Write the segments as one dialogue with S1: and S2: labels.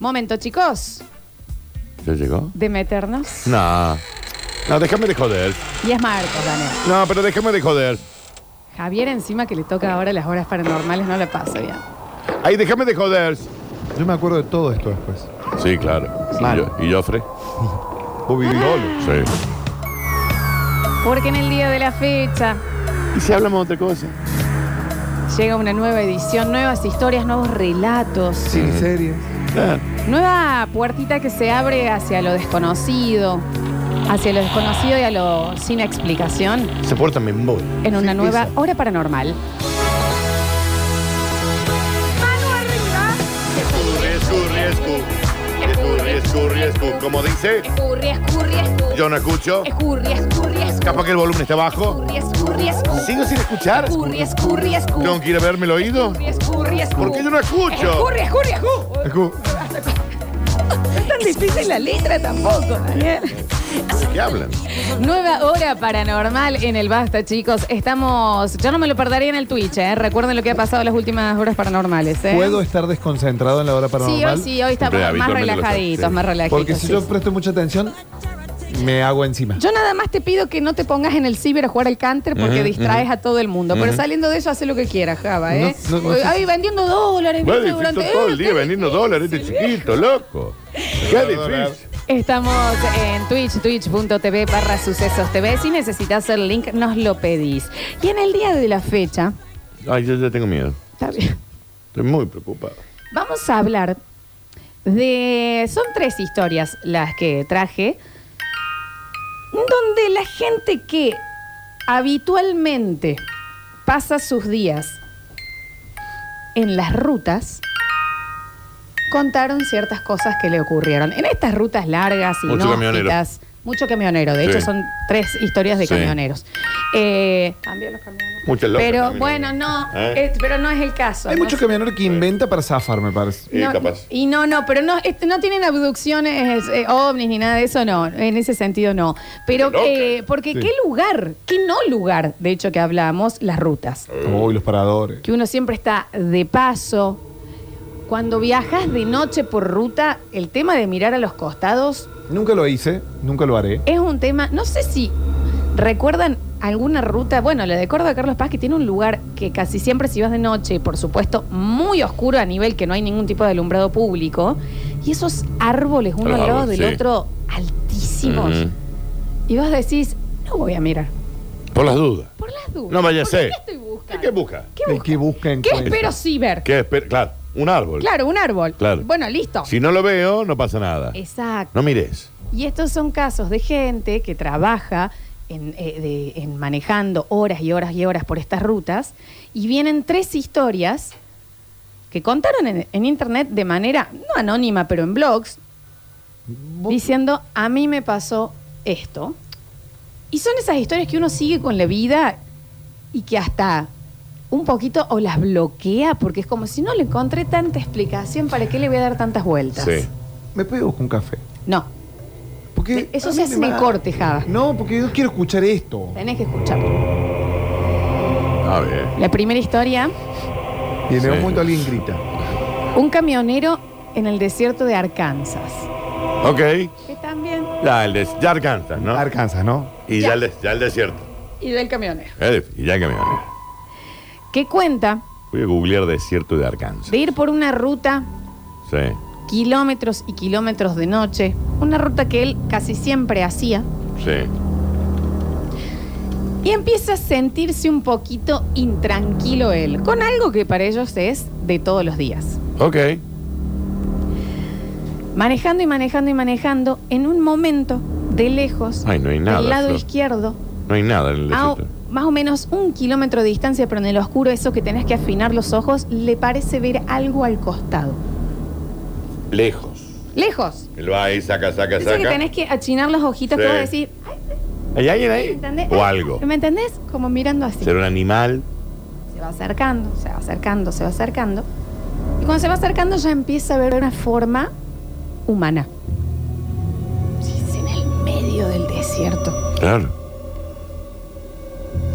S1: Momento, chicos,
S2: ¿Ya llegó?
S1: de meternos.
S2: No. No, déjame de joder.
S1: Y es Marcos, Daniel.
S2: No, pero déjame de joder.
S1: Javier, encima que le toca ahora las horas paranormales, no la pasa bien.
S2: Ay, déjame de joder.
S3: Yo me acuerdo de todo esto después.
S2: Sí, claro.
S3: Mal.
S2: ¿Y, yo, ¿Y Joffre?
S3: Vos vivís solo.
S2: Sí.
S1: Porque en el día de la fecha
S2: ¿Y si hablamos de otra cosa?
S1: llega una nueva edición, nuevas historias, nuevos relatos,
S3: Sin series.
S2: Claro.
S1: nueva puertita que se abre hacia lo desconocido, hacia lo desconocido y a lo sin explicación
S2: Se porta me voy.
S1: en una
S3: Sí,
S1: nueva
S3: esa.
S1: hora paranormal.
S2: Como dice,
S4: Escurri, escurri, escurri.
S2: yo no escucho.
S4: Escurri, escurri,
S2: Capaz
S4: escurri.
S2: que el volumen está bajo.
S4: Escurri, escurri, escurri.
S2: ¿Sigo sin escuchar?
S4: Escurri, escurri, escurri.
S2: ¿Tengo que ir a verme el oído?
S4: Escurri, escurri,
S2: ¿Por qué yo no escucho?
S4: Escurri, escurri, escurri.
S3: Escu-
S4: No es tan difícil la letra tampoco, Daniel.
S2: ¿De qué hablan?
S1: Nueva hora paranormal en el Basta, chicos. Estamos. Yo no me lo perdería en el Twitch, ¿eh? Recuerden lo que ha pasado las últimas horas paranormales, ¿eh?
S3: ¿Puedo estar desconcentrado en la hora
S1: Sí,
S3: paranormal?
S1: hoy sí, hoy estamos
S2: Siempre,
S1: más
S2: habitualmente lo
S1: relajaditos,
S2: soy, sí.
S1: más relajaditos.
S3: Porque si
S1: sí.
S3: yo presto mucha atención, me hago encima.
S1: Yo nada más te pido que no te pongas en el ciber a jugar al canter porque distraes a todo el mundo. Pero saliendo de eso, hace lo que quieras, Java, ¿eh?
S3: No, no, no,
S1: Ay, vendiendo dólares,
S2: Bueno,
S1: ¿viste?
S2: difícil
S1: Durante-
S2: todo el día vendiendo dólares este chiquito, loco. Qué difícil.
S1: Estamos en Twitch, twitch.tv barra sucesos TV. Si necesitas el link, nos lo pedís. Y en el día de la fecha,
S2: Ay, yo ya tengo miedo.
S1: está bien.
S2: Estoy muy preocupado.
S1: Vamos a hablar de. Son tres historias las que traje. Donde la gente que habitualmente pasa sus días en las rutas contaron ciertas cosas que le ocurrieron. En estas rutas largas y
S2: Mucho camionero.
S1: inhóspitas, Mucho camionero. De
S2: Sí.
S1: hecho, son tres historias de
S2: Sí.
S1: camioneros. Eh, también los camioneros.
S2: Muchas locas
S1: Pero
S2: también.
S1: bueno, no.
S2: ¿Eh?
S1: es- pero no es el caso.
S3: Hay
S1: no
S3: mucho
S1: sé.
S3: camionero que inventa para zafar, me parece.
S2: Eh,
S1: No,
S2: capaz.
S1: Y no, no, pero no, este, no tienen abducciones, eh, ovnis ni nada de eso, no. En ese sentido, no. Pero,
S2: Loca.
S1: eh, porque
S3: Sí.
S1: qué lugar, qué no lugar, de hecho, que hablamos, las rutas.
S2: Mm.
S3: Uy, los paradores.
S1: Que uno siempre está de paso. Cuando viajas de noche por ruta, el tema de mirar a los costados
S3: Nunca lo hice, nunca lo haré.
S1: es un tema. No sé si recuerdan alguna ruta. Bueno, la de Córdoba Carlos Paz, que tiene un lugar que casi siempre si vas de noche, por supuesto, muy oscuro a nivel que no hay ningún tipo de alumbrado público. Y esos árboles, uno
S2: Los
S1: al lado
S2: árboles,
S1: del
S2: sí.
S1: otro, altísimos. Y vos decís, no voy a mirar.
S2: Por las dudas.
S1: Por las dudas.
S2: No vaya a
S1: Porque
S2: ser.
S1: ¿Qué estoy buscando?
S2: ¿Qué busca?
S1: ¿Qué
S3: El
S1: busco?
S3: que busca
S1: ¿Qué
S3: encuentra.
S1: espero sí ver?
S2: ¿Qué espera? Claro, un árbol.
S1: Claro, un árbol.
S2: Claro.
S1: Bueno, listo.
S2: Si no lo veo, no pasa nada.
S1: Exacto.
S2: No mires.
S1: Y estos son casos de gente que trabaja en, eh, de- en manejando horas y horas y horas por estas rutas y vienen tres historias que contaron en, en internet de manera no anónima, pero en blogs, diciendo, a mí me pasó esto. Y son esas historias que uno sigue con la vida y que hasta un poquito o las bloquea, porque es como si no le encontré tanta explicación, ¿para qué le voy a dar tantas vueltas?
S2: Sí.
S3: ¿Me puedo buscar un café?
S1: No,
S3: Porque
S1: Eso
S3: a
S1: se
S3: mí
S1: hace
S3: me
S1: en el
S3: va-
S1: corte, Java.
S3: No, porque yo quiero escuchar esto.
S1: tenés que escucharlo.
S2: A ver.
S1: La primera historia
S3: Y en
S2: Sí.
S3: algún momento alguien grita.
S1: Un camionero en el desierto de Arkansas.
S2: Ok.
S1: Que también.
S2: Ya, el des- ya alcanzas, ¿no?
S3: Arkansas, ¿no?
S2: y
S1: Ya.
S2: ya, el des- ya el desierto.
S1: Y del camionero.
S2: Eh, Y ya el camión.
S1: Que cuenta
S2: Voy a googlear desierto de Arkansas.
S1: de ir por una ruta
S2: Sí.
S1: kilómetros y kilómetros de noche. Una ruta que él casi siempre hacía.
S2: Sí.
S1: Y empieza a sentirse un poquito intranquilo él. Con algo que para ellos es de todos los días.
S2: Ok.
S1: Manejando y manejando y manejando. En un momento, de lejos,
S2: Ay, no hay nada,
S1: al lado
S2: Flor.
S1: izquierdo,
S2: No hay nada en el
S1: a
S2: desierto.
S1: o- más o menos un kilómetro de distancia, pero en el oscuro, eso que tenés que afinar los ojos, le parece ver algo al costado.
S2: Lejos.
S1: Lejos.
S2: Él va ahí, saca, saca,
S1: Eso que
S2: saca.
S1: tenés que achinar las hojitas,
S2: Sí.
S1: todo decir,
S2: ¿Hay alguien
S1: ¿me
S2: ahí?
S1: entendés?
S2: O
S1: Ay,
S2: algo.
S1: ¿Me entendés? Como mirando así.
S2: ¿Será un animal?
S1: Se va acercando, se va acercando, se va acercando. Y cuando se va acercando ya empieza a ver una forma humana. Sí, es en el medio del desierto.
S2: Claro.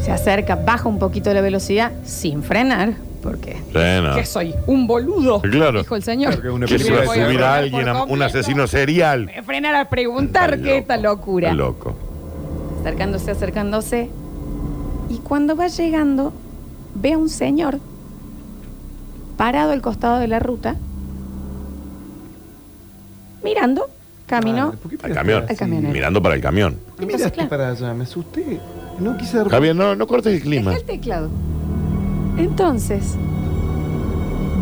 S1: Se acerca, baja un poquito la velocidad sin frenar. Porque
S2: Bueno.
S1: que soy un boludo,
S2: Ah. Claro.
S1: dijo el señor.
S3: Claro que es una
S2: ¿Qué se va a
S3: película de-
S2: subir a alguien, a un asesino serial?
S1: Me frenar a preguntar qué
S2: Está
S1: esta
S2: loco,
S1: locura.
S2: está loco.
S1: Acercándose, acercándose. Y cuando va llegando, ve a un señor parado al costado de la ruta, mirando, camino.
S3: Ah, ¿por qué
S2: Al
S3: miraste
S2: camión.
S3: así?
S1: Al eh. camionero.
S2: Mirando para el camión.
S3: ¿Por qué miraste
S1: Entonces, claro.
S3: para allá? Me asusté. No quise dar-
S2: Javier, no, no cortes el
S1: Dejá
S2: clima.
S1: el teclado. Entonces,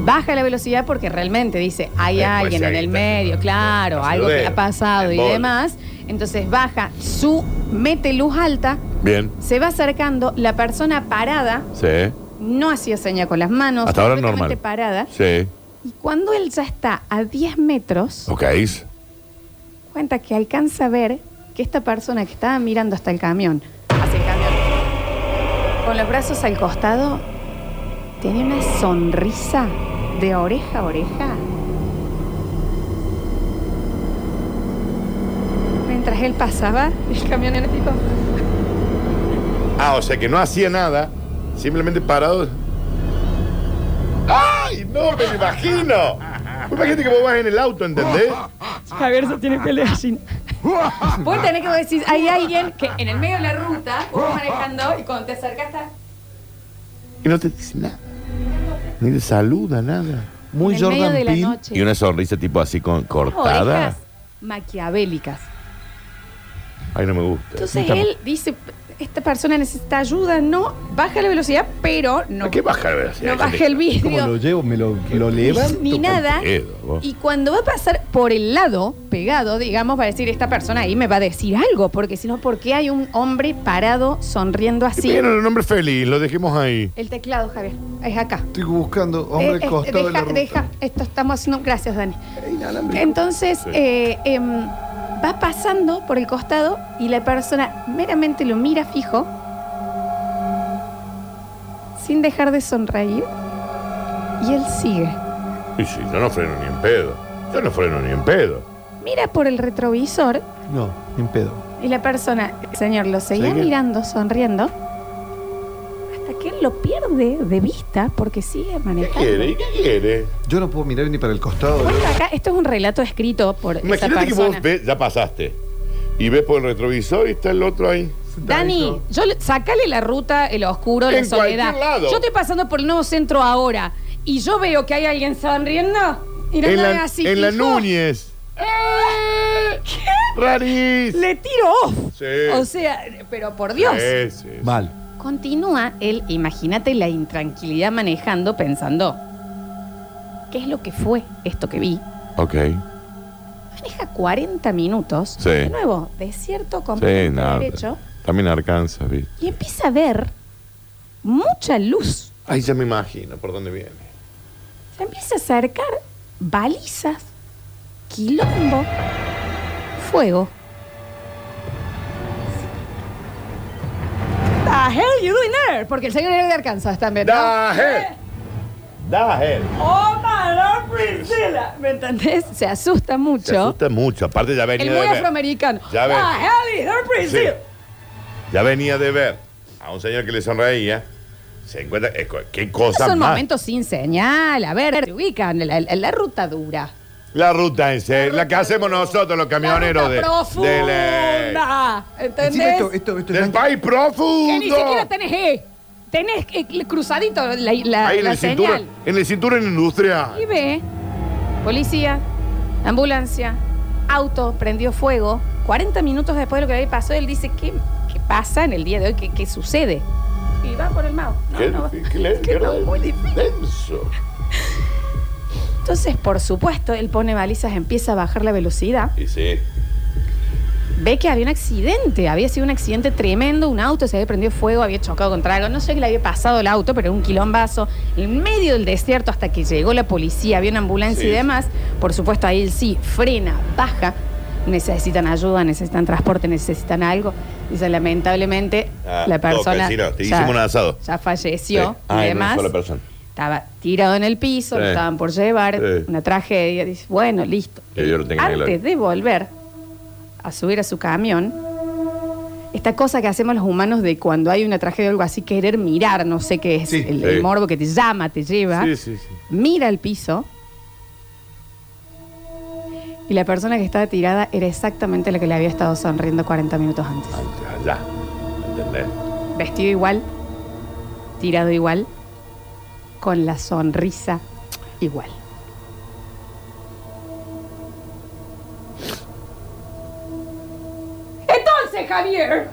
S1: baja la velocidad porque realmente dice, hay
S2: Eh, pues,
S1: alguien
S2: sí,
S1: en
S2: hay-
S1: el medio, claro,
S2: Pasado
S1: algo que
S2: de-
S1: ha pasado y
S2: embole.
S1: demás. Entonces baja su, mete luz alta,
S2: Bien.
S1: se va acercando, la persona parada,
S2: Sí.
S1: no hacía seña con las manos,
S2: Hasta ahora
S1: completamente
S2: normal.
S1: parada.
S2: Sí.
S1: Y cuando él ya está a 10 metros,
S2: Ok.
S1: cuenta que alcanza a ver que esta persona que estaba mirando hasta el camión, hacia el camión, con los brazos al costado, tenía una sonrisa de oreja a oreja. Mientras él pasaba, el camión era tipo.
S2: Ah, o sea que no hacía nada. Simplemente parado. ¡Ay! No me imagino. Vos Imagínate que vos vas en el auto, ¿entendés?
S1: Javier se tiene pelea gallina. Vos tenés que decir, hay alguien que en el medio de la ruta, vos vas manejando y cuando te acercas está.
S2: Y no te dice nada. Ni te saluda, nada.
S3: Muy
S1: en el medio
S3: Jordan
S1: de la
S3: Peele.
S1: noche.
S2: Y una sonrisa tipo así con, cortada.
S1: orejas maquiavélicas.
S2: Ay, no me gusta.
S1: Entonces él dice, esta persona necesita ayuda, no baja la velocidad, pero
S2: ¿A
S1: no,
S2: qué baja la velocidad?
S1: no baja el
S3: ¿Cómo lo
S1: vidrio
S3: llevo? ¿Me lo, lo levanto?
S1: ni nada.
S2: pedo, vos.
S1: Y cuando va a pasar por el lado pegado, digamos, va a decir, esta persona ahí me va a decir algo, porque si no, ¿por qué hay un hombre parado sonriendo así?
S2: Vieron el nombre feliz, lo dejemos ahí.
S1: El teclado, Javier, es acá.
S3: Estoy buscando hombre
S1: Eh, eh,
S3: costado de la
S1: deja,
S3: ruta.
S1: deja, esto estamos haciendo. Gracias, Dani.
S3: Eh, inalámbrico.
S1: Entonces,
S2: Sí.
S1: eh, em, va pasando por el costado y la persona meramente lo mira fijo, sin dejar de sonreír, y él sigue.
S2: Y sí, yo no freno ni en pedo. Yo no freno ni en pedo.
S1: Mira por el retrovisor
S3: No, ni en pedo.
S1: y la persona, el señor, lo seguía
S2: Sigue.
S1: mirando, sonriendo, hasta que él lo pierde de vista porque sigue
S2: ¿Qué
S1: manejando.
S2: quiere? ¿Y qué quiere?
S3: Yo no puedo mirar ni para el costado.
S1: Bueno, acá, esto es un relato escrito por esa
S2: Imagínate que
S1: persona.
S2: vos ves, ya pasaste. Y ves por el retrovisor y está el otro ahí.
S1: Dani, yo le- sacale la ruta, el oscuro, la
S2: En cualquier
S1: soledad.
S2: lado.
S1: Yo estoy pasando por el nuevo centro ahora y yo veo que hay alguien sonriendo. Y no
S2: en
S1: me
S2: la,
S1: hagas así.
S2: en la
S1: hijo.
S2: Núñez. ¡Eh! ¡Raris!
S1: Le tiro off.
S2: Sí.
S1: O sea, pero por Dios.
S2: Sí, sí, sí.
S3: Mal.
S1: Continúa él, imagínate la intranquilidad manejando, pensando. ¿Qué es lo que fue esto que vi?
S2: Ok.
S1: Maneja 40 minutos.
S2: Sí.
S1: De nuevo, desierto
S2: Sí,
S1: completamente
S2: nada.
S1: derecho.
S2: También alcanza, ¿viste?
S1: Y empieza a ver mucha luz.
S2: Ahí ya me imagino por dónde viene.
S1: Se empieza a acercar balizas, quilombo, fuego. The Ah, hell you doing there? Porque el señor era de Arkansas también, ¿no?
S2: ¡Dajer! ¡Dajer!
S1: ¡Oh, my Lord, Priscilla! ¿Me entendés? Se asusta
S2: Se
S1: mucho.
S2: asusta mucho. Aparte ya venía
S1: el muy
S2: de ver.
S1: afroamericano.
S2: Ya
S1: The
S2: ves.
S1: hell is there,
S2: Sí.
S1: Priscilla?
S2: Ya venía de ver a un señor que le sonreía. Se encuentra. eh, co- ¿Qué cosa
S1: Esos Son
S2: más?
S1: momentos sin señal. A ver, te ubican. La, la- la ruta dura.
S2: La ruta en serio, la que hacemos nosotros los
S1: la
S2: camioneros
S1: ruta
S2: de, del, eh,
S1: profunda.
S3: Encima
S1: ¿Entendés?
S3: Esto, esto, esto es
S2: del país profundo.
S1: Que ni siquiera tenés E. Tenés eh, el cruzadito la, la-
S2: Ahí en
S1: la
S2: el
S1: señal.
S2: cinturón, en el cinturón
S1: Y
S2: industrial.
S1: ve, policía, ambulancia, auto, prendió fuego. 40 minutos después de lo que había pasado, él dice, ¿qué, qué pasa en el día de hoy? ¿Qué, qué sucede? Y va por el mao. No,
S2: Qué
S1: no,
S2: difícil, eh,
S1: que no,
S2: qué
S1: muy difícil.
S2: denso.
S1: Entonces, por supuesto, él pone balizas, empieza a bajar la velocidad.
S2: Y sí.
S1: Ve que había un accidente, había sido un accidente tremendo, un auto se había prendido fuego, había chocado contra algo, no sé qué le había pasado el auto, pero era un quilombazo, en medio del desierto hasta que llegó la policía, había una ambulancia y
S2: Sí.
S1: demás, por supuesto ahí él sí, frena, baja, necesitan ayuda, necesitan transporte, necesitan algo, dice lamentablemente
S2: Ah,
S1: la
S2: toca,
S1: persona
S2: sí, no, te hicimos un asado.
S1: ya falleció
S2: Sí. Ah,
S1: y
S2: en una
S1: demás.
S2: sola persona.
S1: Estaba tirado en el piso, lo
S2: Sí.
S1: estaban por llevar,
S2: Sí.
S1: una tragedia. Dice, bueno, listo.
S2: Que Dios lo tenga en la
S1: Antes de volver a subir a su camión, esta cosa que hacemos los humanos de cuando hay una tragedia o algo así, querer mirar, no sé qué es,
S3: Sí,
S1: el, el
S2: sí.
S1: morbo que te llama, te lleva,
S2: Sí, sí, sí.
S1: mira al piso y la persona que estaba tirada era exactamente la que le había estado sonriendo 40 minutos antes.
S2: Antes, allá. ¿Entendés?
S1: Vestido igual, tirado igual, con la sonrisa igual. Entonces, Javier.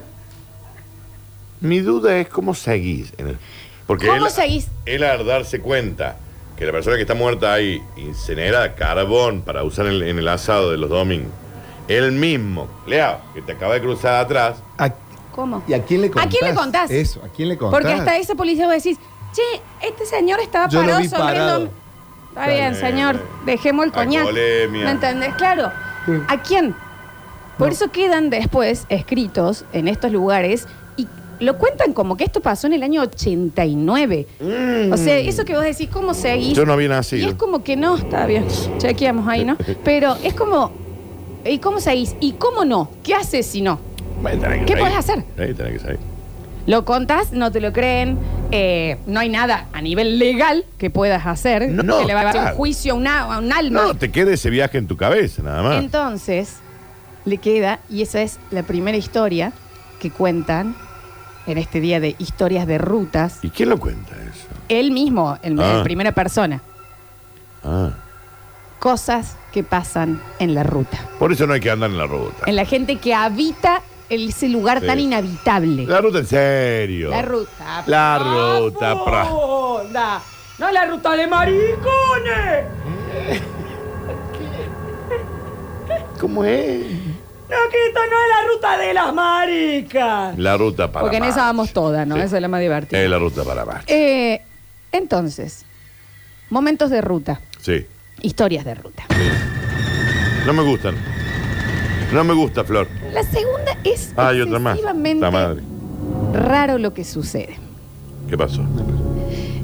S2: Mi duda es cómo seguís. en el- Porque
S1: ¿Cómo
S2: él,
S1: seguís?
S2: Él al darse cuenta que la persona que está muerta ahí incinera carbón para usar en, el- en el asado de los domingos. Él mismo, Leo, que te acaba de cruzar atrás,
S3: ¿A-
S1: ¿Cómo?
S3: ¿Y a quién le contás?
S1: ¿A quién le contás?
S3: Eso, ¿a quién le contás?
S1: Porque hasta ese policía vos decís, che, este señor estaba
S3: Yo lo
S1: parado
S3: vi
S1: sonriendo.
S3: parado.
S1: Está bien,
S2: Eh,
S1: señor, dejemos el coñac.
S2: alcoholemia.
S1: ¿No entendés? Claro. ¿A quién? Por eso quedan después escritos en estos lugares y lo cuentan como que esto pasó en el año 89. O sea,
S3: Mm.
S1: eso que vos decís, ¿cómo seguís?
S2: yo no había
S1: Y
S2: nacido.
S1: es como que no, está bien, chequeamos ahí, ¿no? Pero es como, ¿y cómo seguís? ¿Y cómo no? ¿Qué haces si no?
S2: Bueno, tenés que
S1: ¿Qué
S2: salir.
S1: podés hacer?
S2: Sí, tenés que salir.
S1: Lo contás, no te lo creen, eh, no hay nada a nivel legal que puedas hacer.
S2: No, no,
S1: que le va a hacer un
S2: claro.
S1: juicio a, una- a un alma.
S2: No, te queda ese viaje en tu cabeza, nada más.
S1: Entonces, le queda, y esa es la primera historia que cuentan en este día de historias de rutas.
S2: ¿Y quién lo cuenta eso?
S1: Él mismo, en
S2: Ah.
S1: en primera persona.
S2: Ah.
S1: Cosas que pasan en la ruta.
S2: Por eso no hay que andar en la ruta.
S1: En la gente que habita ese lugar
S2: Sí.
S1: tan inhabitable.
S2: La ruta en serio.
S1: La ruta.
S2: La ruta, pra-
S1: profunda. No la ruta de maricones.
S2: ¿Cómo es?
S1: No, que esto no es la ruta de las maricas.
S2: La ruta para
S1: Porque en esa
S2: March.
S1: vamos todas, ¿no?
S2: Sí.
S1: Esa es la más divertida.
S2: Es la ruta para March.
S1: Eh, entonces, momentos de ruta,
S2: Sí.
S1: historias de ruta.
S2: No me gustan. No me gusta, Flor.
S1: La segunda es
S2: Ah, hay otra más.
S1: excesivamente
S2: La madre.
S1: raro lo que sucede.
S2: ¿Qué pasó?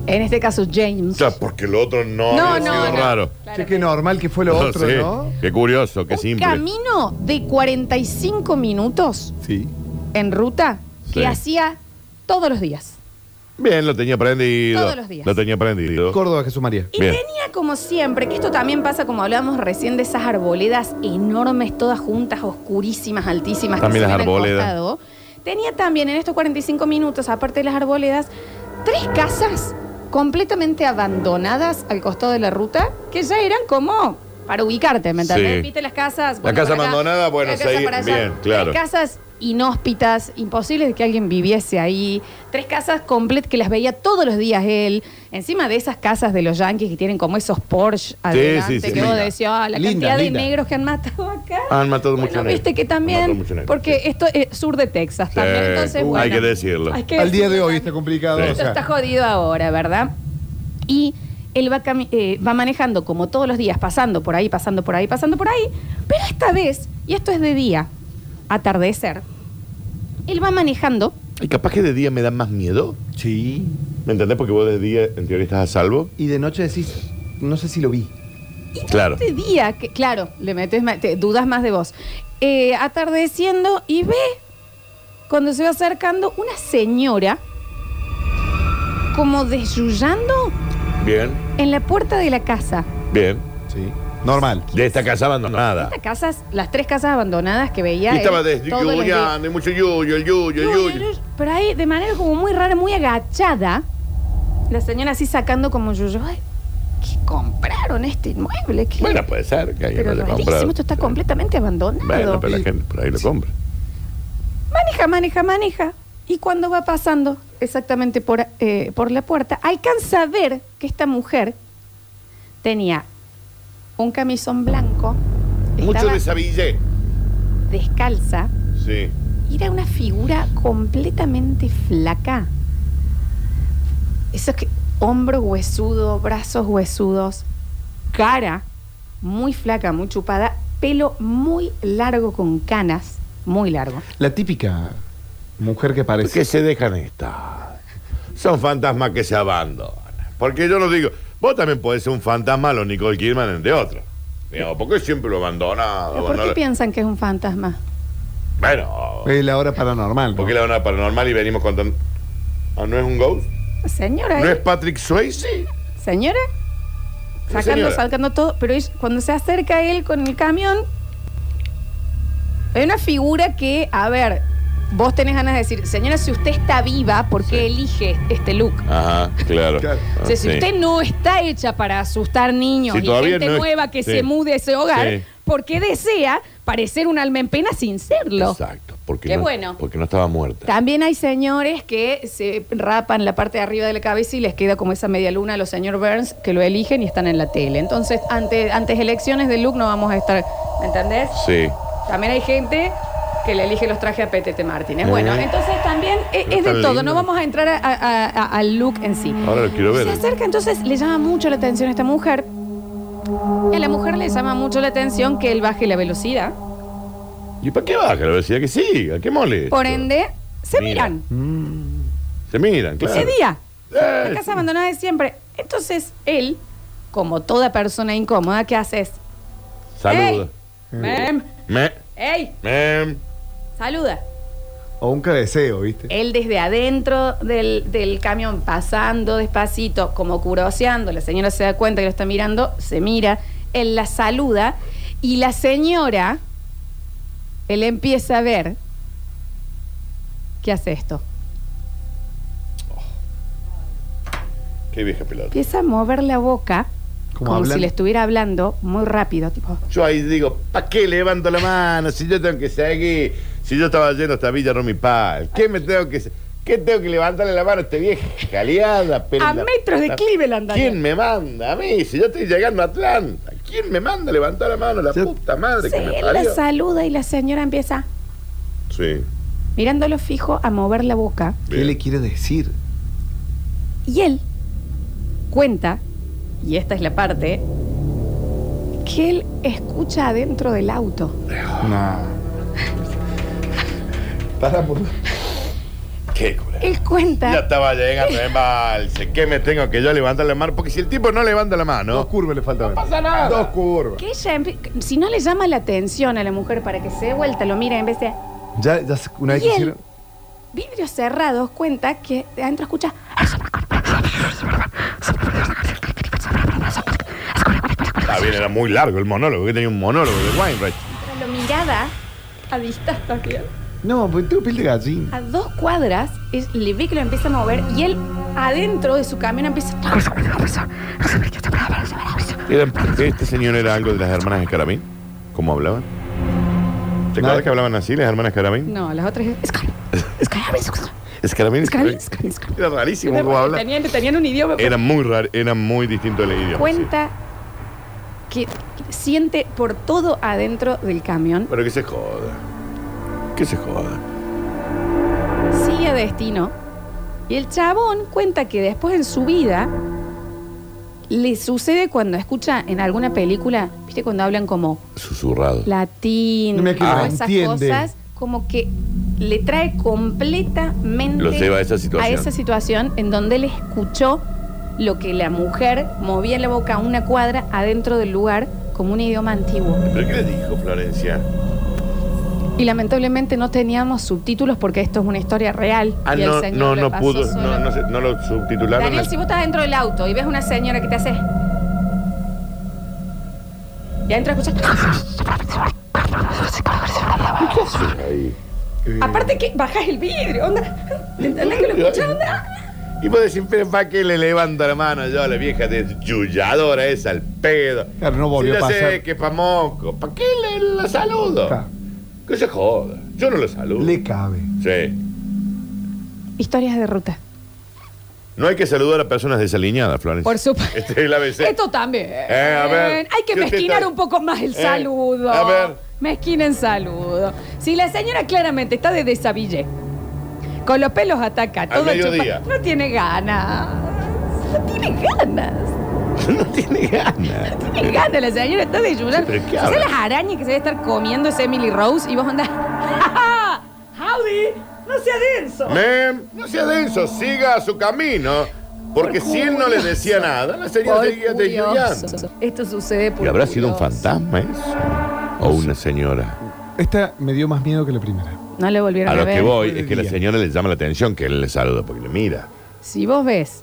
S1: En este caso, James.
S2: Claro, porque lo otro no,
S1: No,
S2: había
S1: no,
S2: sido
S1: no.
S2: raro.
S3: Che, qué normal que fue lo
S2: No
S3: otro,
S2: sé.
S3: ¿no?
S2: Qué curioso, qué
S1: Un
S2: simple.
S1: camino de 45 minutos
S3: Sí.
S1: en ruta que
S2: Sí.
S1: hacía todos los días.
S2: Bien, lo tenía prendido.
S1: Todos los días.
S2: Lo tenía prendido.
S3: Córdoba, Jesús María.
S1: Y
S2: Bien.
S1: tenía como siempre, que esto también pasa como hablábamos recién de esas arboledas enormes, todas juntas, oscurísimas, altísimas. que
S2: También
S1: se
S2: las
S1: ven al
S2: arboledas.
S1: costado. Tenía también en estos 45 minutos, aparte de las arboledas, tres casas completamente abandonadas al costado de la ruta, que ya eran como para ubicarte, ¿me entendés?
S2: Sí.
S1: Viste las casas.
S2: La casa abandonada, bueno,
S1: la casa
S2: seguí-
S1: para allá.
S2: bien, claro.
S1: Tres casas inhóspitas, imposibles de que alguien viviese ahí. Tres casas completas que las veía todos los días él. Encima de esas casas de los yankees que tienen como esos Porsche adelante,
S2: sí, sí,
S1: que
S2: sí.
S1: vos decís, "Ah, la
S3: Linda,
S1: cantidad
S3: linda.
S1: de negros que han matado acá.
S2: Han matado
S1: Bueno,
S2: mucho negro.
S1: viste que
S2: Han
S1: también,
S2: matado mucho negro,
S1: porque
S2: sí.
S1: esto es sur de Texas también,
S2: Sí.
S1: entonces
S2: Hay
S1: bueno.
S2: que decirlo.
S1: hay que
S3: Al día de
S1: decirlo
S3: hoy
S1: también.
S3: está complicado.
S2: Sí.
S3: o
S1: Esto
S3: sea.
S1: está jodido ahora, ¿verdad? Y él va, cami- eh, va manejando como todos los días, pasando por ahí, pasando por ahí, pasando por ahí. Pero esta vez, y esto es de día, atardecer, él va manejando.
S2: Y capaz que de día me dan más miedo.
S3: Sí.
S2: ¿Me entendés? Porque vos de día, en teoría, estás a salvo.
S3: Y de noche decís, no sé si lo vi.
S1: Y
S2: Claro.
S1: este día, que, claro, le metes, ma- te dudas más de vos. Eh, atardeciendo y ve, cuando se va acercando, una señora como desayunando
S2: Bien,
S1: en la puerta de la casa.
S2: bien.
S3: Sí. Normal.
S2: De esta casa abandonada.
S1: Estas casas, las tres casas abandonadas que veía.
S2: Y estaba
S1: él
S2: desde
S1: eh, todos los días.
S2: y mucho yuyo, el yuyo, el
S1: Yuyo,
S2: yuyo.
S1: yuyo. Pero ahí, de manera como muy rara, muy agachada, la señora así sacando como yuyo. Ay, ¿Qué compraron este inmueble? ¿Qué?
S2: Bueno, puede ser que alguien
S1: pero
S2: lo haya
S1: rarísimo,
S2: comprado.
S1: esto está completamente abandonado.
S2: Bueno, pero la gente por ahí lo compra.
S1: Maneja, maneja, maneja. Y cuando va pasando exactamente por, eh, por la puerta, alcanza a ver que esta mujer tenía un camisón blanco,
S2: Mucho
S1: estaba
S2: desabillé.
S1: descalza,
S2: Sí.
S1: y era una figura completamente flaca. Eso es que hombro huesudo, brazos huesudos, cara muy flaca, muy chupada, pelo muy largo con canas, muy largo.
S2: Ah,
S3: La típica mujer que
S2: ¿Por qué
S3: parece.
S2: se dejan estar? Son fantasmas que se abandonan. Porque yo no digo, vos también podés ser un fantasma, lo Nicole Kidman, entre otros. Digamos, ¿Por qué siempre lo
S1: ¿Pero
S2: abandonado?
S1: por qué
S2: abandonado?
S1: piensan que es un fantasma?
S2: Bueno,
S3: Es la hora paranormal. ¿no?
S2: porque la hora paranormal y venimos contando. Ah, ¿No es un ghost?
S1: Señora,
S2: ¿No
S1: ¿eh?
S2: es Patrick Swayze?
S1: señora,
S2: Sí,
S1: sacando,
S2: señora.
S1: sacando todo, pero es- cuando se acerca él con el camión, hay una figura que, a ver, vos tenés ganas de decir, señora, si usted está viva, ¿por qué
S2: Sí.
S1: elige este look?
S2: Ajá, claro.
S3: Claro.
S1: O sea, si
S2: Ah, Sí.
S1: usted no está hecha para asustar niños
S2: Si
S1: y
S2: todavía
S1: gente
S2: no es-
S1: nueva que
S2: sí.
S1: se mude a ese hogar,
S2: Sí.
S1: ¿por qué desea parecer un alma en pena sin serlo?
S2: Exacto, porque,
S1: Qué
S2: no,
S1: bueno.
S2: porque no estaba muerta.
S1: También hay señores que se rapan la parte de arriba de la cabeza y les queda como esa media luna a los señor Burns que lo eligen y están en la tele. Entonces, ante, antes elecciones de look no vamos a estar, ¿me entendés?
S2: Sí.
S1: También hay gente que le elige los trajes a Petete Martínez. Bueno,
S2: Eh.
S1: entonces también e- es,
S2: Pero
S1: es de
S2: tan
S1: todo,
S2: lindo.
S1: no vamos a entrar a- a- a- al look en sí.
S2: Ahora lo quiero ver.
S1: Se acerca, entonces le llama mucho la atención a esta mujer. Y a la mujer le llama mucho la atención que él baje la velocidad.
S2: ¿Y para qué baja la velocidad que siga? ¿Qué mole?
S1: Por ende, se
S2: Mira.
S1: miran.
S2: Se miran, claro.
S1: Ese día.
S2: Eh,
S1: La casa abandonada de siempre. Entonces él, como toda persona incómoda, ¿qué haces?
S2: Saluda.
S1: Mem,
S2: Me,
S1: ¡Ey!
S2: me.
S1: Saluda.
S3: O un cabeceo, ¿viste?
S1: Él desde adentro del, del camión, pasando despacito, como curoseando, la señora se da cuenta que lo está mirando, se mira, él la saluda y la señora, él empieza a ver, ¿qué hace esto?
S2: Qué vieja pelota.
S1: Empieza a mover la boca,
S3: Como
S1: como
S3: hablan-
S1: si le estuviera hablando muy rápido, tipo...
S2: Yo ahí digo, ¿para qué levanto la mano? Si yo tengo que seguir, si yo estaba yendo hasta Villa Rumipal, ¿qué me tengo que se- ¿Qué tengo que levantarle la mano a este vieja jaleada? pero
S1: A
S2: la-
S1: metros de
S2: la-
S1: Cleveland, Daniel.
S2: ¿Quién me manda? A mí, si yo estoy llegando a Atlanta, ¿quién me manda a levantar la mano? La
S3: Yo-
S2: puta madre
S1: Sí,
S2: que me
S1: él
S2: parió.
S1: la saluda y la señora empieza,
S2: Sí.
S1: mirándolo fijo, a mover la boca.
S3: ¿Qué le quiere decir?
S1: Y él cuenta, y esta es la parte, que él escucha adentro del auto.
S3: No. Para por...
S2: ¿Qué, cura?
S1: Él cuenta.
S2: Ya estaba llegando en balse. ¿Qué me tengo que yo levantar la mano? Porque si el tipo no levanta la
S3: Dos
S2: mano.
S3: curvas le falta ver.
S2: pasa nada.
S3: Dos curvas.
S1: Que ella, empie- si no le llama la atención a la mujer para que se dé vuelta, lo mira en vez de
S3: Ya, ya se- una vez
S1: Y
S3: que
S1: él-
S3: hicieron.
S1: vidrios cerrados, cuenta que de adentro escucha.
S2: Está bien, era muy largo el monólogo. Que tenía un monólogo de Weinreich.
S1: Pero la mirada a distancia, que-
S3: No, pues tengo piel de gallina.
S1: a dos cuadras, es- le ve que lo empieza a mover y él adentro de su camión empieza.
S2: Era- ¿Este señor era algo de las hermanas Escarabín? ¿Cómo hablaban? ¿Te acuerdas
S3: Nada.
S2: que hablaban así las hermanas Escarabín?
S1: No, las otras.
S2: Escarabín.
S1: Escarabín,
S2: Escarabín.
S1: Escarabín, Escarabín.
S2: Era rarísimo cómo hablaban.
S1: Tenían, tenían un idioma.
S2: Era muy raro, era muy distinto el idioma.
S1: cuenta que siente por todo adentro del
S2: sí.
S1: camión.
S2: Pero que se joda. Que se joda.
S1: Sigue a destino. Y el chabón cuenta que después en su vida le sucede cuando escucha en alguna película, viste, cuando hablan como
S2: Susurrado.
S1: latín,
S3: No me
S1: como
S2: Ah,
S3: queda,
S1: esas
S3: entiende.
S1: cosas, como que le trae completamente
S2: Lo lleva a esa situación.
S1: a esa situación en donde él escuchó lo que la mujer movía en la boca a una cuadra adentro del lugar como un idioma antiguo.
S2: ¿Pero qué le dijo Florencia?
S1: Y lamentablemente no teníamos subtítulos porque esto es una historia real.
S2: Ah,
S1: y el
S2: no,
S1: señor
S2: no,
S1: le
S2: no
S1: pasó
S2: pudo.
S1: solo.
S2: No, no, sé, no lo subtitularon.
S1: Daniel,
S2: al-
S1: si vos estás dentro del auto y ves una señora que te hace. Y adentro escuchas.
S2: Ahí.
S1: Aparte que bajas el vidrio, onda. ¿Entendés que lo escuchás, onda?
S2: Y vos decís, pero ¿para qué le levanto la mano yo a la vieja deschulladora esa al pedo?
S3: Claro, no volvió
S2: Si ya
S3: a pasar.
S2: sé que es famoso. ¿Para qué le la saludo?
S3: Claro.
S2: Que se joda. Yo no lo saludo.
S3: Le cabe.
S2: Sí.
S1: Historias de ruta.
S2: No hay que saludar a personas desaliñadas, Florencia.
S1: Por supuesto.
S2: Este es el ABC.
S1: Esto también.
S2: Eh, a ver.
S1: Hay que
S2: Si usted
S1: mezquinar
S2: está-
S1: un poco más el
S2: Eh,
S1: saludo.
S2: a ver.
S1: Mezquinen saludo. Si la señora claramente está de desabille, con los pelos ataca, todo
S2: mediodía.
S1: chupado, no tiene ganas. No tiene ganas.
S2: no tiene ganas.
S1: No tiene ganas la señora, está de llorar.
S2: Sí, pero ¿qué
S1: Quizá
S2: habla?
S1: las arañas que se debe estar comiendo es Emily Rose y vos andás. ¡Howdy! ¡No sea denso!
S2: Mem, no sea denso, siga su camino. Porque si él no le decía nada, la señora
S1: Por
S2: seguía deschulladando.
S1: curioso. Esto sucede por
S2: ¿Y habrá sido un
S1: curioso.
S2: fantasma eso? ¿O una señora?
S3: Esta me dio más miedo que la primera.
S1: No le volvieron
S2: A
S1: a,
S2: lo
S1: ver.
S2: que voy
S3: Fue de
S2: es que la
S3: día.
S2: señora le llama la atención que él le saluda porque le mira.
S1: Si vos ves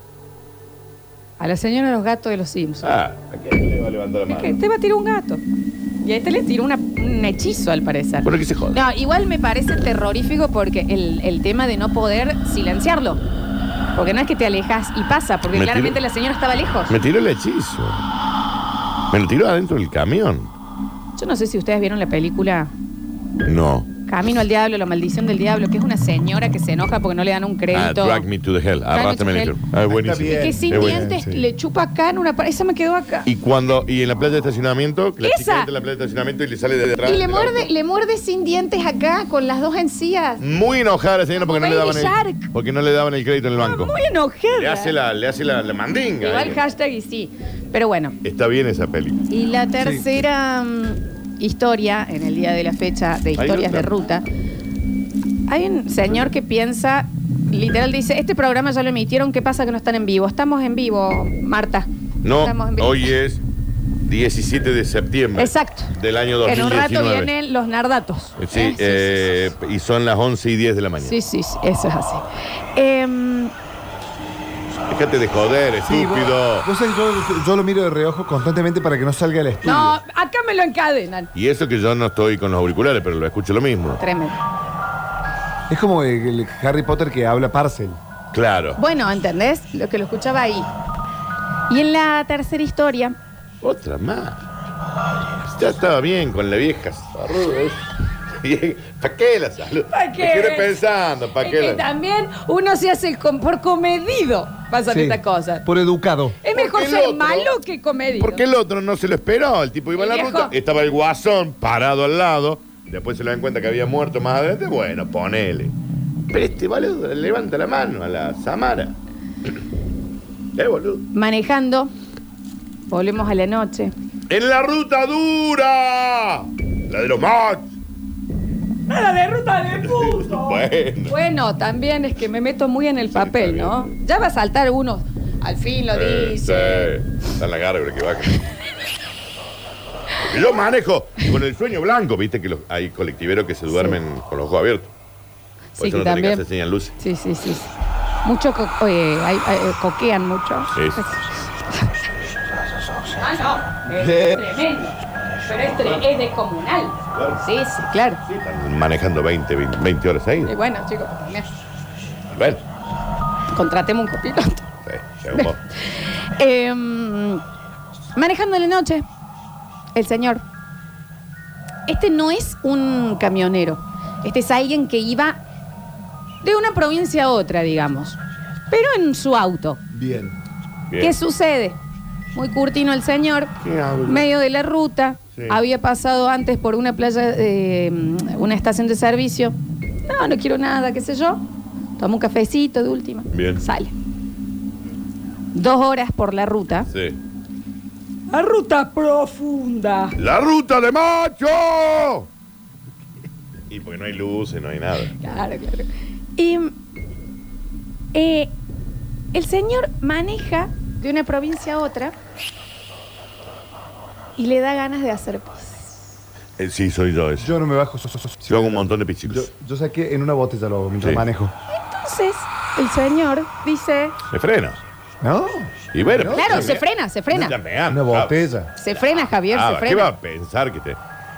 S1: a la señora de los gatos de los Simpsons,
S2: Ah, ¿a quién le va a levantar la
S1: es que
S2: mano?
S1: te va a tirar un gato. Y a este le tiró una- un hechizo, al parecer.
S2: ¿Por qué se jode?
S1: No, igual me parece terrorífico porque el, el tema de no poder silenciarlo. Porque no es que te alejas y pasa, porque
S2: Me tiro-
S1: claramente la señora estaba lejos.
S2: Me tiró el hechizo. Me lo tiró adentro del camión.
S1: Yo no sé si ustedes vieron la película
S2: No.
S1: Camino al Diablo, La Maldición del Diablo, que es una señora que se enoja porque no le dan un
S2: Ah,
S1: crédito.
S2: drag me to the
S1: Drag me
S2: hell.
S1: to
S2: Arrastrame el
S1: hell.
S2: hell. Ah, es buenísimo.
S3: bien.
S1: que sin
S2: Es buenísimo.
S1: dientes
S3: sí.
S1: le chupa acá en una pared. Esa me quedó acá.
S2: Y cuando, y en la playa de estacionamiento, que la
S1: Esa.
S2: chica entra en la playa de estacionamiento y le sale de detrás.
S1: Y le
S2: del
S1: muerde,
S2: auto.
S1: le muerde sin dientes acá, con las dos encías.
S2: Muy enojada la señora porque no, le
S1: Como
S2: daban
S1: Baby
S2: el,
S1: Shark. Ah,
S2: porque no le daban el crédito en el banco.
S1: Muy enojada.
S2: Le hace la, le hace la, la mandinga. eh.
S1: Le va el hashtag y sí. Pero bueno.
S2: Está bien esa peli.
S1: Y la tercera mm, historia, en el día de la fecha de historias
S2: otra.
S1: de ruta, hay un señor que piensa, literal dice, este programa ya lo emitieron, ¿qué pasa que no están en vivo? Estamos en vivo, Marta.
S2: No,
S1: Estamos en vivo.
S2: hoy es 17 de septiembre.
S1: Exacto.
S2: Del año
S1: En un
S2: 2019.
S1: rato vienen los nardatos.
S2: Sí,
S1: ¿eh?
S2: eh, y son las 11 y 10 de la mañana.
S1: sí, sí, sí, eso es así. Em,
S2: Déjate de joder, estúpido.
S3: vos, vos sabés, yo, yo lo miro de reojo constantemente para que no salga el estudio.
S1: no, acá me lo encadenan.
S2: Y eso que yo no estoy con los auriculares, pero lo escucho lo mismo.
S1: Tremendo.
S3: Es como el, el Harry Potter que habla parcel.
S2: Claro.
S1: Bueno, ¿entendés? Lo que lo escuchaba ahí. Y en la tercera historia,
S2: Otra más. Ya estaba bien con la vieja. zorruda esa. Vie- ¿Para qué la salud?
S1: ¿Pa' qué?
S2: Me quedé pensando, ¿para
S1: Es
S2: qué
S1: que
S2: la
S1: también uno se hace el com- por comedido pasan
S3: Sí,
S1: estas cosas.
S3: Por educado.
S1: Es
S2: Porque
S1: mejor
S2: el
S1: ser
S2: otro-
S1: malo que comedido.
S2: Porque el otro no se lo esperó. El tipo iba en
S1: ¿El
S2: la
S1: viejo?
S2: ruta, estaba el guasón parado al lado. Después se le dan cuenta que había muerto más adelante. Bueno, ponele. Pero este boludo levanta la mano a la Samara. Eh, boludo.
S1: Manejando, volvemos a la noche.
S2: En la ruta dura. La de los machos.
S1: ¡Nada de ruta de puto!
S2: Bueno.
S1: bueno, también es que me meto muy en el papel,
S2: está
S1: ¿no? Ya va a saltar uno. Al fin lo
S2: Eh,
S1: dice.
S2: sí. Está en la gárgola que va. Y Yo manejo con el sueño blanco, viste que los- hay colectiveros que se duermen con los ojos abiertos. Por
S1: Sí, que
S2: eso no Pues tenés que
S1: también.
S2: hacer señal luces.
S1: Sí, sí, sí. sí. Mucho co- eh, hay- hay- eh, coquean mucho.
S2: Sí.
S1: Ah, no. Es
S3: Sí.
S1: tremendo. Pero es, tre- es descomunal. Sí, sí, claro.
S2: Están manejando 20, 20, 20 horas ahí.
S1: Y bueno, chicos, también.
S2: Bueno,
S1: contratemos un copiloto.
S2: sí, llegó un bo-
S1: Em, manejando en la noche, el señor. Este no es un camionero. Este es alguien que iba de una provincia a otra, digamos. Pero en su auto.
S3: Bien.
S2: Bien.
S1: ¿Qué sucede? Muy curtino el señor,
S2: ¿Qué habla?
S1: medio de la ruta,
S2: Sí.
S1: había pasado antes por una playa, eh, una estación de servicio. No, no quiero nada, qué sé yo. Toma un cafecito de última.
S2: Bien.
S1: Sale. Dos horas por la ruta.
S2: Sí.
S4: La ruta profunda.
S2: ¡La ruta de macho! Y porque no hay luces, no hay nada.
S1: Claro, claro. Y eh, el señor maneja de una provincia a otra y le da ganas de hacer pis.
S2: Eh, sí, soy yo ese. Yo,
S3: Yo no me bajo. so- so- so-
S2: hago un montón de
S3: Yo,
S2: pichicos.
S3: yo saqué en una botella lo hago mientras
S2: Sí.
S3: manejo.
S1: Entonces, el señor dice.
S2: Me freno.
S3: ¿No?
S2: Y bueno.
S1: Claro,
S2: pues,
S1: se
S2: me-
S1: frena, se
S2: Ya
S1: frena.
S2: me amo,
S3: Una
S2: claro.
S3: botella.
S1: Se frena, Javier,
S2: Ah,
S1: se
S2: ¿Qué va
S1: frena.
S2: a pensar que te.?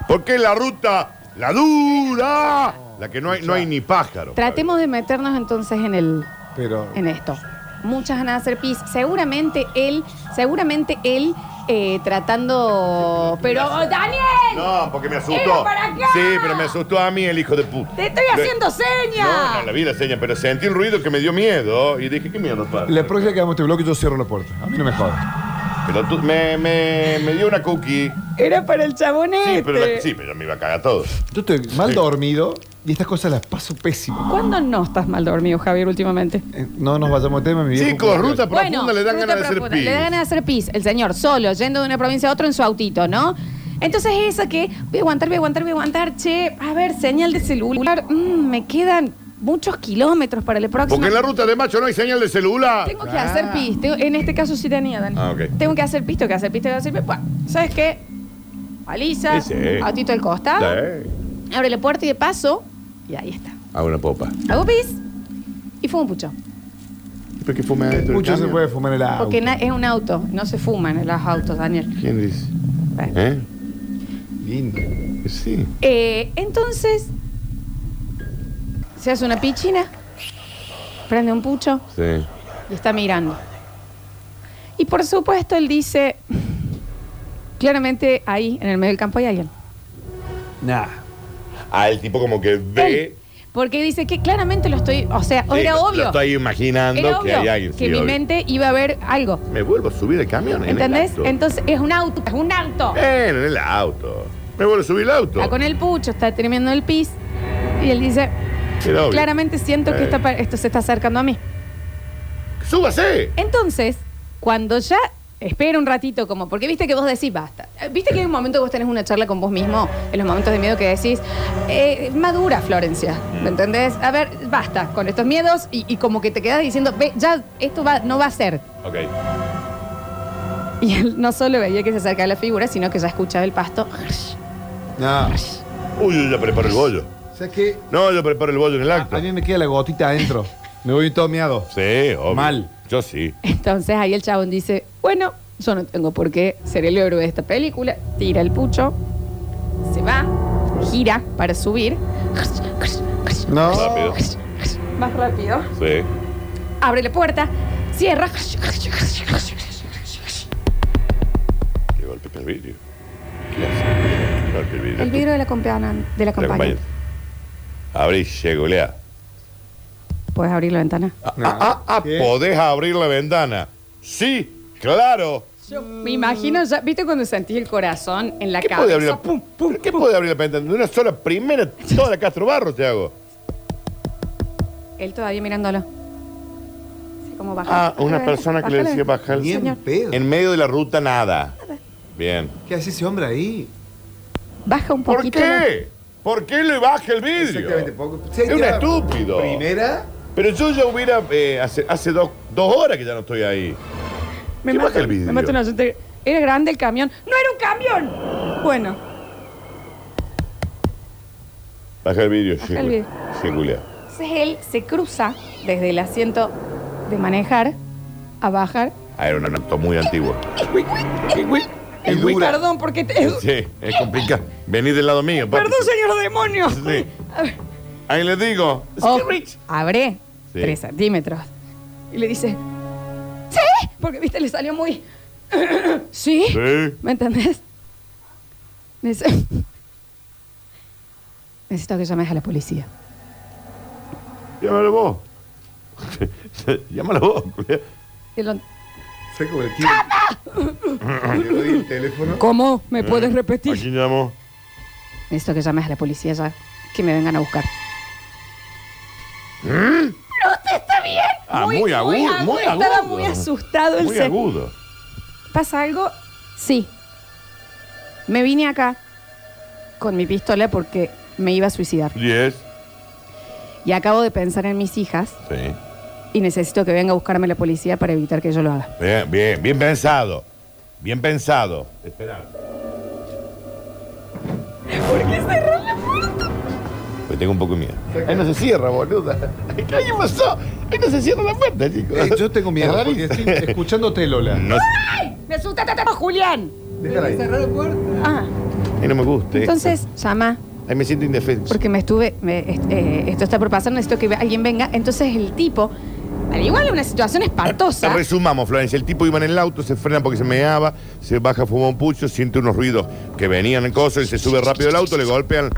S2: ¿Por qué la ruta, la dura? La que no hay, no hay ni pájaro.
S1: Tratemos de meternos entonces en el
S3: Pero.
S1: en esto. Muchas ganas de hacer pis. Seguramente él, seguramente él eh, tratando. Pero, ¡Oh, Daniel,
S2: No, porque me asustó.
S1: Era Eh, para acá.
S2: Sí, pero me asustó a mí el hijo de puta.
S1: te estoy
S2: Ve-
S1: haciendo
S2: No, no, la
S1: señas.
S2: vi la seña, pero sentí un ruido que me dio miedo y dije, ¿qué miedo pasa?
S3: La próxima que hagamos este bloque yo cierro la puerta. A mí no me joda.
S2: Pero tú- me, me, me dio una cookie.
S4: Era para el chabonete.
S1: Este-
S2: Sí, pero, la- sí, pero me iba a cagar todo.
S3: Yo estoy mal dormido y estas cosas las paso pésimo.
S1: ¿Cuándo no estás mal dormido, Javier, últimamente?
S3: Eh, No nos vayamos de tema, mi viejo.
S2: Chicos, ruta profunda le dan
S1: ruta
S2: ganas de hacer
S1: profunda. Le da
S2: pis.
S1: ganas de hacer pis, el señor, solo, yendo de una provincia a otra en su autito, ¿no? Entonces esa que voy a aguantar, voy a aguantar, voy a aguantar, che, a ver, señal de celular, mm, me quedan muchos kilómetros para el próximo.
S2: Porque en la ruta de macho no hay señal de celular.
S1: Tengo que
S3: Ah.
S1: hacer pis, tengo- en este caso sí tenía, Dani.
S2: Ah, ok.
S1: Tengo que hacer pis, tengo que hacer pis, tengo que hacer pis. Bueno, ¿sabes qué? Paliza,
S2: Sí, sí.
S1: autito al costado,
S2: Sí.
S1: abre la puerta y de paso, y ahí está.
S2: A Ah, una popa.
S1: Hago pis y fumo un pucho.
S2: ¿Pero qué fuma adentro del
S3: Mucho se
S2: camión?
S3: puede fumar
S2: Ah,
S3: el agua.
S1: Porque na- es un auto, no se fuman en los autos, Daniel.
S2: ¿Quién dice?
S1: Bueno.
S2: ¿Eh? Lindo. Sí.
S1: Eh, entonces, se hace una pichina, prende un pucho
S2: Sí.
S1: y está mirando. Y por supuesto, él dice, claramente ahí, en el medio del campo, hay alguien.
S3: Nah.
S2: Ah, el tipo como que ve.
S1: Él. Porque dice que claramente lo estoy, o sea,
S2: Sí,
S1: era
S2: lo-
S1: obvio,
S2: Lo estoy imaginando
S1: era
S2: que hay
S1: obvio
S2: alguien.
S1: que
S2: sí,
S1: mi
S2: obvio.
S1: mente iba a ver algo.
S2: Me vuelvo a subir al camión.
S1: ¿Entendés?
S2: En el auto.
S1: Entonces, es un auto, es un auto.
S2: Eh, en el auto. Me vuelvo a subir al auto.
S1: Está Ah, con el pucho, está tremiendo el pis. Y él dice,
S2: Era obvio.
S1: claramente siento que
S2: Eh.
S1: esta pa- esto se está acercando a mí.
S2: ¡Súbase!
S1: Entonces, cuando ya espera un ratito, como, porque viste que vos decís basta. Eh, Viste que hay un momento que vos tenés una charla con vos mismo, en los momentos de miedo que decís, eh, madura Florencia, ¿me entendés? A ver, basta con estos miedos y, y como que te quedás diciendo, ve, ya esto va, no va a ser.
S2: Ok.
S1: Y él no solo veía que se acercaba la figura, sino que ya escuchaba el pasto.
S3: Nah.
S2: Uy, yo ya preparo el bollo.
S3: O sea que
S2: No, yo preparo el bollo en el acto.
S3: a mí me queda la gotita adentro. Me voy todo miado.
S2: Sí, obvio.
S3: Mal.
S2: Yo sí.
S1: Entonces ahí el chabón dice, bueno, yo no tengo por qué ser el héroe de esta película. Tira el pucho, se va, gira para subir.
S3: No.
S2: Rápido.
S1: Más rápido.
S2: Sí.
S1: Abre la puerta, cierra.
S2: Que golpe el vidrio. ¿Qué hace? Que golpe el vidrio.
S1: El vidrio de la compañía. De la
S2: La
S1: compañía.
S2: compañía. Abrí, llegolea.
S1: Puedes abrir la ventana.
S2: Ah,
S3: No.
S2: ah, ah,
S3: ¿Qué?
S2: ¿Podés abrir la ventana? Sí, claro.
S1: Yo me imagino ya, ¿viste cuando sentís el corazón en la
S2: ¿Qué
S1: cabeza?
S2: puede abrir la pum, pum, ¿Qué puede abrir la ventana? De una sola primera, toda la Castro Barro te hago.
S1: Él todavía mirándolo. Así como baja.
S2: Ah, una
S1: Bájale,
S2: persona que le
S1: bájale.
S2: decía bajar.
S3: Ni en
S1: Señor.
S3: pedo.
S2: En medio de la ruta, nada. Bien.
S3: ¿Qué hace ese hombre ahí?
S1: Baja un
S2: ¿Por
S1: poquito.
S2: qué? ¿Por qué le baja el vidrio?
S3: Exactamente. poco-
S2: Es un estúpido.
S3: Primera.
S2: Pero yo ya hubiera. eh, hace hace dos, dos horas que ya no estoy ahí.
S1: Me
S2: ¿Qué
S1: mata,
S2: baja el vidrio?
S1: Me mata una gente. Era grande el camión. ¡No era un camión! Bueno,
S2: Baja el vidrio,
S1: Baja
S2: sí,
S1: el
S2: güey.
S1: vidrio.
S2: Sí, Julia.
S1: entonces él se cruza desde el asiento de manejar a bajar.
S2: Ah, era un auto muy antiguo.
S3: Y
S1: Uy,
S3: dura.
S1: perdón, porque te-
S2: Sí, es complicado. Venid del lado mío, papi.
S1: Perdón, señor demonio.
S2: Sí. Ahí les digo.
S1: Ojo, Oh, abre
S2: Sí.
S1: tres centímetros. Y le dice, ¿sí? Porque, viste, le salió muy... ¿Sí?
S2: Sí.
S1: ¿Me entendés? Me dice, necesito que llames a la policía.
S2: Llámalo vos. Llámalo vos, Julia.
S1: Y él,
S3: Sé como el tío. Le doy el teléfono.
S1: ¿Cómo?
S2: Eh,
S1: ¿Me puedes
S2: ¿A
S1: repetir?
S2: quién llamo?
S1: Necesito que llames a la policía ya, que me vengan a buscar. Pero usted está bien.
S2: Ah, muy agudo, muy
S1: Estaba
S2: agudo.
S1: muy asustado el
S2: Muy
S1: se-
S2: agudo.
S1: ¿Pasa algo? Sí. Me vine acá con mi pistola porque me iba a suicidar.
S2: Yes.
S1: Y acabo de pensar en mis hijas
S2: Sí.
S1: y necesito que venga a buscarme la policía para evitar que yo lo haga.
S2: Bien, bien, bien pensado. Bien pensado. Esperá. Porque tengo un poco de miedo. Ahí no se cierra, boluda. Ahí pasó. Ahí no se cierra la puerta, chicos.
S3: Eh, yo tengo miedo
S2: Es
S3: porque
S2: rarísimo.
S3: estoy escuchándote, Lola.
S2: No,
S1: ¡Me asusta, Julián!
S3: Déjala ahí.
S1: Ah,
S2: ahí no me gusta. eh.
S1: entonces llama
S2: Ahí me siento indefenso.
S1: porque me estuve. me- est- eh, esto está por pasar, necesito que alguien venga. Entonces el tipo, al igual es una situación espantosa.
S2: Resumamos, Florencia. El tipo iba en el auto, se frena porque se meaba, se baja, fuma un pucho, siente unos ruidos que venían en cosas, y se sube rápido al auto, le golpean.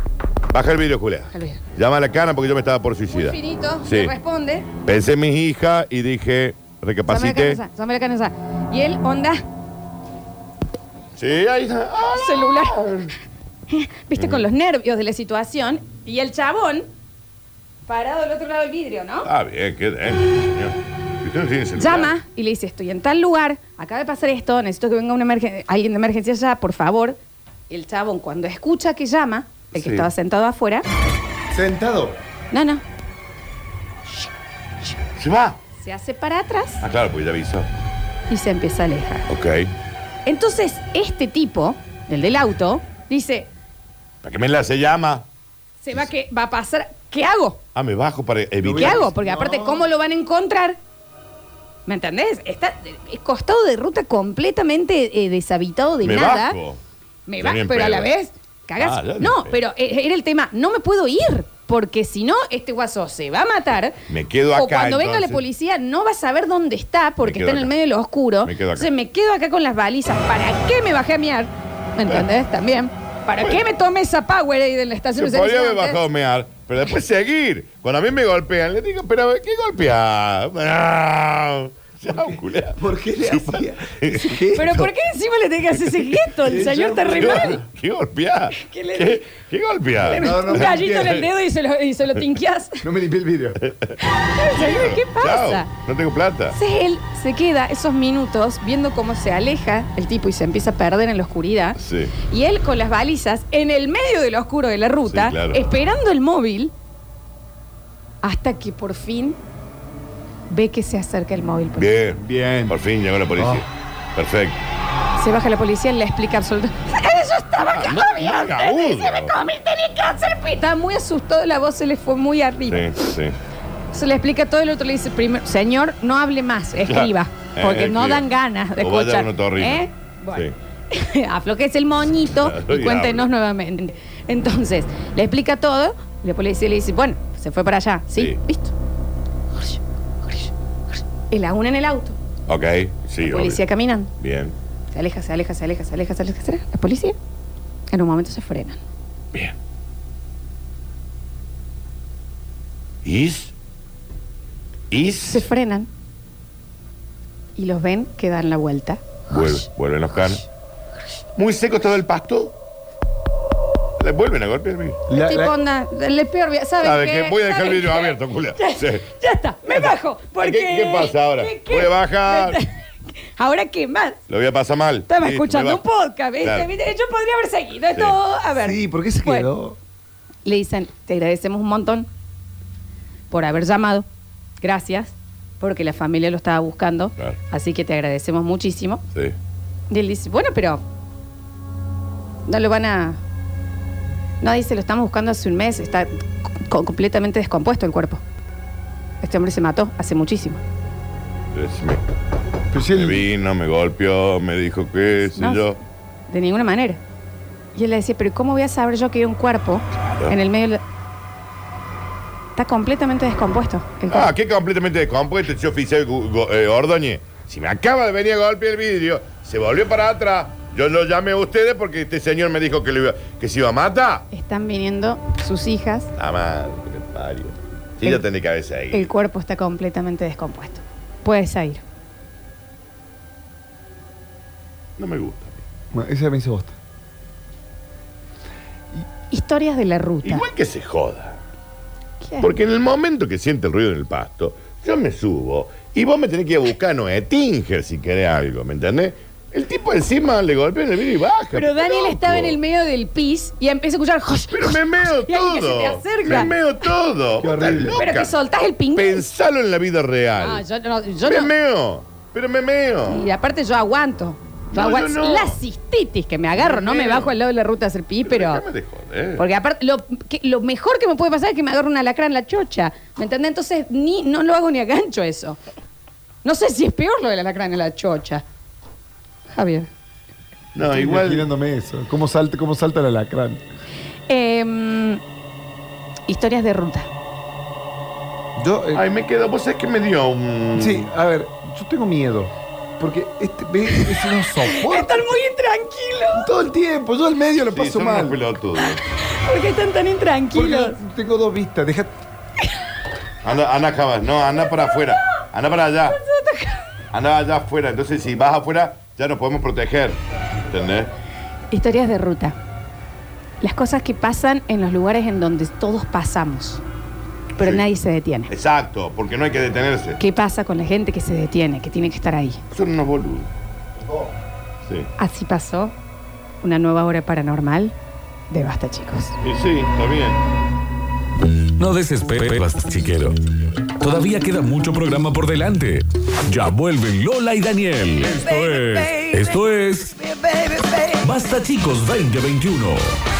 S2: Baja el vidrio, Julia.
S1: Baja el vidrio.
S2: Llama a la cana porque yo me estaba por
S1: Muy
S2: suicidar.
S1: finito,
S2: Sí.
S1: le responde.
S2: Pensé en mis hijas y dije,
S1: Llame a la
S2: recapacite.
S1: canesa, llame a la canesa. Y él, onda,
S2: Sí, ahí está. Ah,
S1: celular. Viste, con los nervios de la situación. Y el chabón, parado del otro lado del vidrio, ¿no?
S2: ah, bien, qué denso, señor. Y usted no tiene celular.
S1: Llama y le dice, estoy en tal lugar, acaba de pasar esto, necesito que venga una emergen- alguien de emergencia ya, por favor. El chabón, cuando escucha que llama, el que
S2: Sí.
S1: estaba sentado afuera,
S3: Sentado.
S1: no, no,
S2: Se va.
S1: se hace para atrás
S2: Ah, claro, porque ya avisó.
S1: y se empieza a alejar.
S2: Ok.
S1: Entonces, este tipo, el del auto, dice,
S2: ¿Para qué me la se llama?
S1: se va, que, va a pasar. ¿Qué hago?
S2: Ah, me bajo para evitar.
S1: ¿Qué hago? Porque aparte,
S3: No.
S1: ¿cómo lo van a encontrar? ¿Me entendés? Está es costado de ruta completamente eh, deshabitado de
S2: me
S1: nada.
S2: bajo.
S1: Me
S2: Yo
S1: vas,
S2: ni en
S1: pero a la
S2: pedo.
S1: vez, cagás.
S2: Ah, yo ni en
S1: no,
S2: pedo.
S1: pero eh, era el tema, no me puedo ir, porque si no, este guaso se va a matar.
S2: Me quedo
S1: O
S2: acá,
S1: cuando venga la
S2: entonces.
S1: policía no va a saber dónde está, porque
S2: quedo
S1: está en el
S2: acá.
S1: medio de lo oscuro.
S2: Me quedo acá.
S1: Entonces me quedo acá con las balizas. ¿Para qué me bajé a miar? ¿Me entendés? También. ¿Para qué me tomé esa power ahí de la estación
S2: Se
S1: de
S2: podría
S1: servicio
S2: haber
S1: antes?
S2: bajado a mear, pero después seguir. Cuando a mí me golpean, le digo, pero a ver, ¿qué golpea? Ah, Chao, culiao.
S3: ¿Por qué le hacía?
S1: Pero ¿por qué encima le tenés que hacer ese gesto? El señor
S2: ¿Qué,
S1: terrible.
S2: gol- ¿Qué golpea?
S1: ¿Qué le-
S2: ¿Qué, qué golpea?
S3: No, no,
S1: un gallito en
S3: entiendo.
S1: el dedo y se lo, y se lo tinqueás.
S3: No me limpié el vidrio.
S1: Señor, ¿Qué pasa?
S2: Chao, no tengo plata.
S1: Entonces él se queda esos minutos viendo cómo se aleja el tipo y se empieza a perder en la oscuridad.
S2: Sí.
S1: Y él con las balizas en el medio del oscuro de la ruta,
S2: Sí, claro.
S1: esperando el móvil, hasta que por fin ve que se acerca el móvil.
S2: Bien.
S3: Bien.
S2: Por fin llegó la policía.
S1: Oh.
S2: Perfecto.
S1: Se baja la policía y le explica absolutamente. Yo estaba
S2: Ah,
S1: acá,
S2: no,
S1: obvio,
S2: no,
S1: antes,
S2: no,
S1: dice, me
S2: no.
S1: comí, tenía cáncer, pi. Estaba muy asustado, la voz se le fue muy arriba.
S2: Sí, sí.
S1: Se le explica todo, el otro le dice, primero, señor, no hable más, escriba,
S2: Eh,
S1: porque no
S2: escriba.
S1: dan ganas de
S2: O vaya a
S1: escuchar.
S2: un otorrino.
S1: ¿Eh? Bueno. Afloquece el moñito
S2: Claro,
S1: y
S2: y
S1: cuéntenos
S2: habla.
S1: nuevamente. Entonces, le explica todo, la policía le dice, bueno, se fue para allá, ¿sí?
S2: Sí.
S1: Listo. Jorge, Jorge, Jorge. Y la una en el auto,
S2: Ok, sí,
S1: la policía
S2: obvio.
S1: caminando.
S2: Bien,
S1: Se aleja, se aleja, se aleja, se aleja, se aleja, se aleja. La policía en un momento se frenan.
S2: bien. ¿Is?
S1: Se
S2: ¿Is?
S1: frenan y los ven que dan la vuelta.
S2: Vuelve, vuelven los canos. Muy seco todo el pasto. Le vuelven a golpear el vidrio.
S3: La-
S1: tipo
S3: la-
S1: onda, le peor, ¿sabes
S2: ¿Sabe qué? Voy a dejar el
S1: ¿Sabe
S2: vidrio
S1: qué?
S2: abierto, culo.
S1: Ya,
S2: Sí.
S1: ya está, me bajo. Porque,
S2: ¿Qué- qué pasa ahora? Voy a bajar.
S1: ahora qué más.
S2: Lo voy a pasar mal.
S1: Estaba
S2: Sí, me
S1: escuchando
S2: va.
S1: un podcast, ¿viste?
S2: Claro.
S1: ¿Viste? Yo podría haber seguido esto.
S2: Sí.
S1: A ver.
S3: Sí, ¿por qué se
S1: Bueno,
S3: quedó?
S1: le dicen, te agradecemos un montón por haber llamado. Gracias, porque la familia lo estaba buscando.
S2: Claro.
S1: Así que te agradecemos muchísimo.
S2: Sí.
S1: Y él dice, bueno, pero no lo van a... No, dice, lo estamos buscando hace un mes, está co- completamente descompuesto el cuerpo. Este hombre se mató hace muchísimo.
S2: Sí, Me,
S3: Pero si
S2: me
S3: él-
S2: vino, me golpeó, me dijo qué sé
S1: No.
S2: yo.
S1: De ninguna manera. Y él le decía, pero ¿cómo voy a saber yo que hay un cuerpo en el medio... de la- Está completamente descompuesto el cuerpo.
S2: Ah, qué completamente descompuesto, yo oficial Gu- Go- eh, Ordóñez. Si me acaba de venir a golpear el vidrio, se volvió para atrás. Yo lo llamé a ustedes porque este señor me dijo que, lo iba- que se iba a matar.
S1: Están viniendo sus hijas,
S2: La madre, que le parió. Sí, yo tendría que haber seguido.
S1: el cuerpo está completamente descompuesto. Puedes salir.
S2: No me gusta.
S3: Bueno, Esa me hizo bosta.
S1: Historias de la ruta.
S2: Igual que se joda.
S1: ¿Qué?
S2: Porque en el momento que siente el ruido en el pasto, yo me subo y vos me tenés que ir a buscar a Noé Tinger si querés algo, ¿me entendés? El tipo encima le golpea en el vidrio y baja.
S1: Pero Daniel
S2: loco.
S1: estaba en el medio del pis y empieza a escuchar... "Josh,
S2: Pero me
S1: Y
S2: meo
S1: alguien que se te
S2: todo.
S1: acerca.
S2: Me meo todo.
S3: Qué
S2: Vos estás
S3: horrible.
S2: loca.
S1: Pero que soltás el pincel.
S2: Pensalo en la vida real.
S1: No, yo no. Yo
S2: me
S1: no.
S2: meo. Pero me meo.
S1: Y aparte yo aguanto. Yo
S2: No,
S1: aguanto.
S2: yo no.
S1: La cistitis que me agarro, no me
S2: Pero-
S1: bajo al lado de la ruta a hacer pis, pero...
S2: Déjame de joder.
S1: Porque aparte, lo, que- lo mejor que me puede pasar es que me agarro una lacra en la chocha. ¿Me entendés? Entonces ni, no lo hago ni a gancho eso. No sé si es peor lo de la lacra en la chocha. Javier.
S2: No,
S3: Estoy
S2: igual.
S3: Imaginándome eso. ¿Cómo salta, cómo salta el alacrán?
S1: Em, historias de ruta.
S3: Yo. eh,
S2: Ay, me quedo. Vos sabés que me dio un.
S3: sí, a ver, yo tengo miedo. Porque este, ve, ese no soporta.
S1: Están muy intranquilos.
S3: Todo el tiempo, yo al medio lo
S2: Sí,
S3: paso
S2: son unos
S3: mal.
S2: pelotudos.
S1: porque están tan
S3: Porque
S1: intranquilos?
S3: yo tengo dos vistas. Deja.
S2: Anda, anda, Javas. No, anda para afuera. Anda para allá. Anda allá afuera. Entonces, si vas afuera, ya nos podemos proteger. ¿Entendés?
S1: Historias de ruta. Las cosas que pasan en los lugares en donde todos pasamos, pero
S2: Sí.
S1: nadie se detiene.
S2: Exacto, porque no hay que detenerse.
S1: ¿Qué pasa con la gente que se detiene, que tiene que estar ahí?
S2: Son unos boludos.
S3: Oh.
S2: Sí.
S1: Así pasó una nueva hora paranormal de Basta, chicos.
S2: Y sí, está bien.
S5: No desesperes, chiquero. Todavía queda mucho programa por delante. Ya vuelven Lola y Daniel. Esto es. Esto es. Basta, chicos, 2021.